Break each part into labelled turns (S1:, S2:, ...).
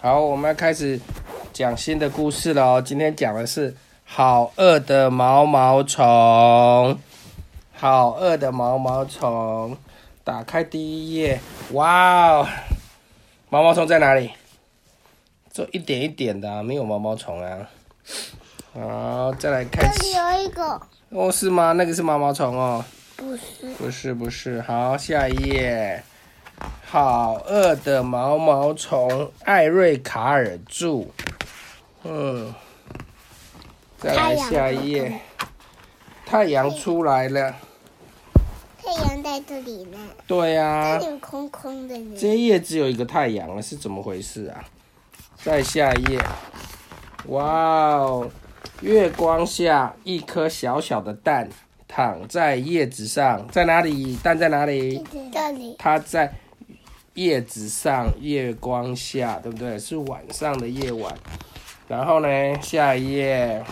S1: 好，我们要开始讲新的故事喽。今天讲的是好饿的毛毛虫，好饿的毛毛虫。打开第一页，哇哦， 毛毛虫在哪里？就一点一点的、啊，没有毛毛虫啊。好，再来
S2: 这
S1: 看。
S2: 里有一个，
S1: 哦，是吗？那个是毛毛虫哦。
S2: 不是，
S1: 不是不是，好，下一页。好饿的毛毛虫艾瑞卡尔著，嗯，再来下一页。太阳出来了，
S2: 太阳在这里呢，
S1: 对啊呀、
S2: 这里空空的呢。
S1: 这一页只有一个太阳了，是怎么回事啊？再下一页，哇哦！月光下，一颗小小的蛋躺在叶子上，在哪里？蛋在哪里？
S2: 这里，
S1: 它在叶子上，月光下，对不对？是晚上的夜晚。然后呢，下一页，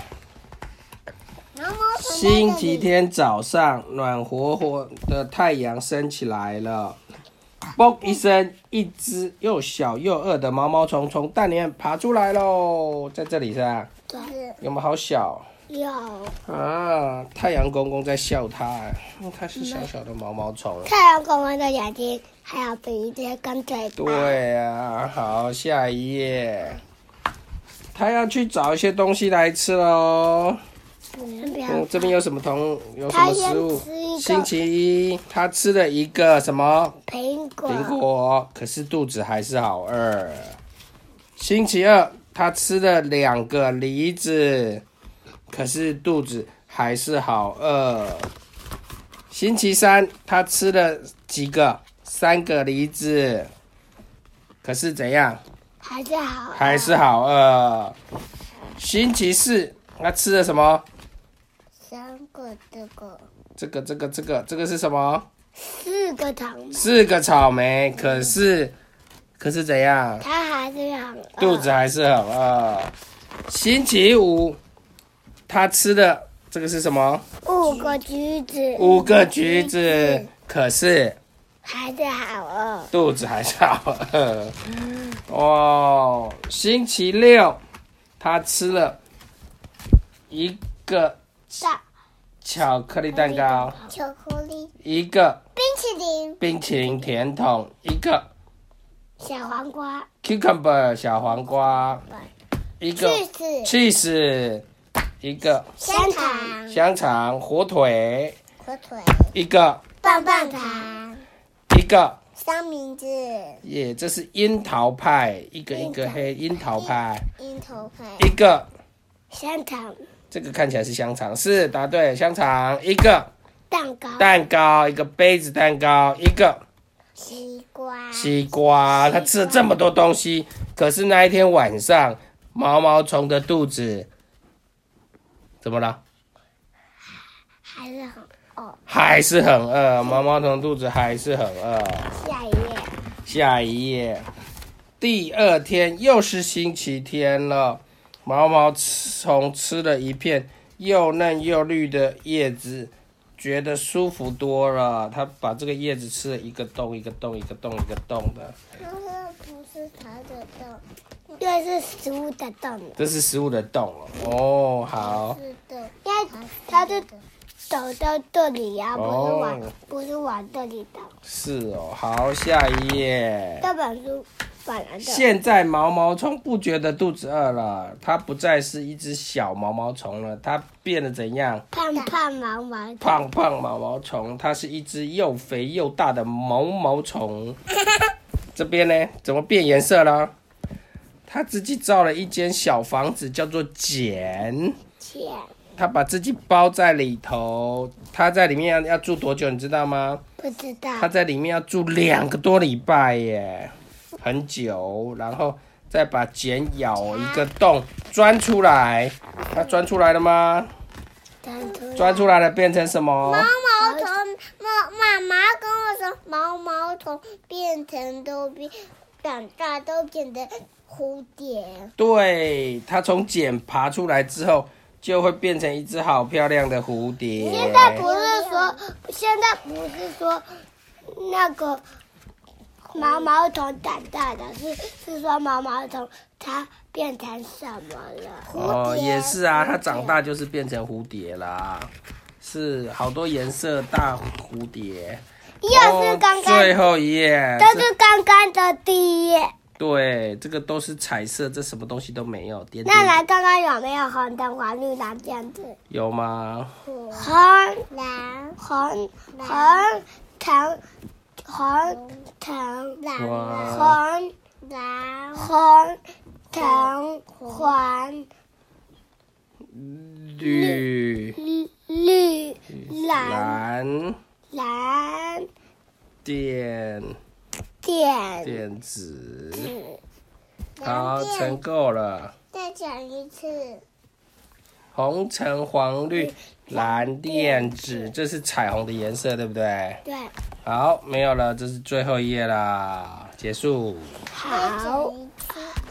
S2: 毛毛虫在这里
S1: 星期，天早上，暖和和的太阳升起来了。嘣一声，一只又小又饿的毛毛虫从蛋里面爬出来喽，在这里是吧？
S2: 就是
S1: 有没有好小
S2: 有
S1: 啊？太阳公公在笑它，因为它是小小的毛毛虫。
S2: 太阳公公的眼睛，还有鼻子跟嘴巴。
S1: 对呀、好，下一页。他要去找一些东西来吃喽。
S2: 嗯，不
S1: 嗯
S2: 要，
S1: 这边有什么同有什
S2: 他
S1: 么
S2: 先
S1: 食物？
S2: 吃一
S1: 星
S2: 个
S1: 期一，他吃了一个什么
S2: 苹果，
S1: 苹果，可是肚子还是好饿。星期二，他吃了两个梨子，可是肚子还是好饿。星期三，他吃了几个？三个梨子，可是怎样？
S2: 还是好，
S1: 还是好饿。星期四，他吃了什么？
S2: 三个这个，
S1: 这个这个这个这个是什么？
S2: 四个糖果，
S1: 四个草莓，可是可是怎样？
S2: 他还是很饿
S1: 肚子还是很饿。星期五，他吃的这个是什么？
S2: 五个橘子，
S1: 五个橘子，可是
S2: 还是好饿，
S1: 肚子还是好饿。哦，星期六，他吃了一个
S2: 大
S1: 巧克力蛋糕，
S2: 巧克力
S1: 一个
S2: 冰淇淋，
S1: 冰淇淋甜筒，一个
S2: 小黄瓜，
S1: cucumber 小黄瓜，一个
S2: 去死，
S1: cheese，一个
S2: 香肠，
S1: 香肠、火腿，
S2: 火腿，
S1: 一个
S2: 棒棒糖，
S1: 一个，
S2: 三明治，
S1: 耶，这是樱桃派，一个一个黑樱桃派，
S2: 樱桃派，
S1: 一个
S2: 香肠，
S1: 这个看起来是香肠，是答对，香肠一个
S2: 蛋糕，
S1: 蛋糕，一个杯子蛋糕，一个
S2: 西瓜，
S1: 西瓜，他吃了这么多东西，可是那一天晚上，毛毛虫的肚子怎么了？
S2: 还是很饿。
S1: 还是很饿，毛毛虫肚子还是很饿。
S2: 下一页，
S1: 下一页，第二天又是星期天了，毛毛虫吃了一片又嫩又绿的叶子，觉得舒服多了。它把这个叶子吃了一个洞一个洞一个洞一个洞的，
S2: 那个不是它的洞，这是食物的洞，
S1: 这是食物的洞哦。哦，好，
S2: 是的，因为它是走到这里呀、不是往、
S1: 哦
S2: 不是往这里走。
S1: 是哦，好，下一页。
S2: 这本书本来的，
S1: 现在毛毛虫不觉得肚子饿了，它不再是一只小毛毛虫了，它变得怎样？
S2: 胖胖忙忙，
S1: 胖胖毛毛虫，它是一只又肥又大的毛毛虫。这边呢，怎么变颜色了？它自己造了一间小房子，叫做茧。
S2: 浅，
S1: 它把自己包在里头，它在里面要要住多久，你知道吗？
S2: 不知道
S1: 他在里面要住两个多礼拜耶，很久，然后再把茧咬一个洞钻出来，它钻出来了吗？
S2: 长出来。
S1: 钻出来了变成什么？
S3: 毛毛虫，妈妈妈跟我说，毛毛虫变成都变，长大都变成蝴蝶。
S1: 对，它从茧爬出来之后，就会变成一只好漂亮的蝴蝶。
S2: 现在不是说，现在不是说那个毛毛虫长大的，是是说毛毛虫它变成什么了？
S1: 哦，
S3: 蝴蝶
S1: 也是啊，它
S3: 蝴蝶
S1: 长大就是变成蝴蝶啦，是好多颜色大蝴蝶。
S2: 又是刚
S1: 哦、
S2: 刚，
S1: 最后一页，
S2: 这是刚刚的第一页。
S1: 对，这个都是彩色，这什么东西都没有。点
S2: 那
S1: 点
S2: 来刚刚有没有红灯黄绿蓝这样子？
S1: 有吗？
S2: 红
S3: 蓝
S2: 红红橙红橙
S3: 蓝
S1: 哇，
S2: 红
S3: 蓝
S2: 红橙黄
S1: 绿、
S2: 绿绿蓝
S1: 蓝
S2: 蓝
S1: 点
S2: 点
S1: 点子，好
S3: 蓝，
S1: 成
S3: 靛，
S1: 够了。
S3: 再讲一次，
S1: 红橙黄绿蓝靛紫，这是彩虹的颜色，对不对？
S2: 对，
S1: 好，没有了，这是最后一页啦，结束。
S3: 再
S2: 好
S3: 讲一次。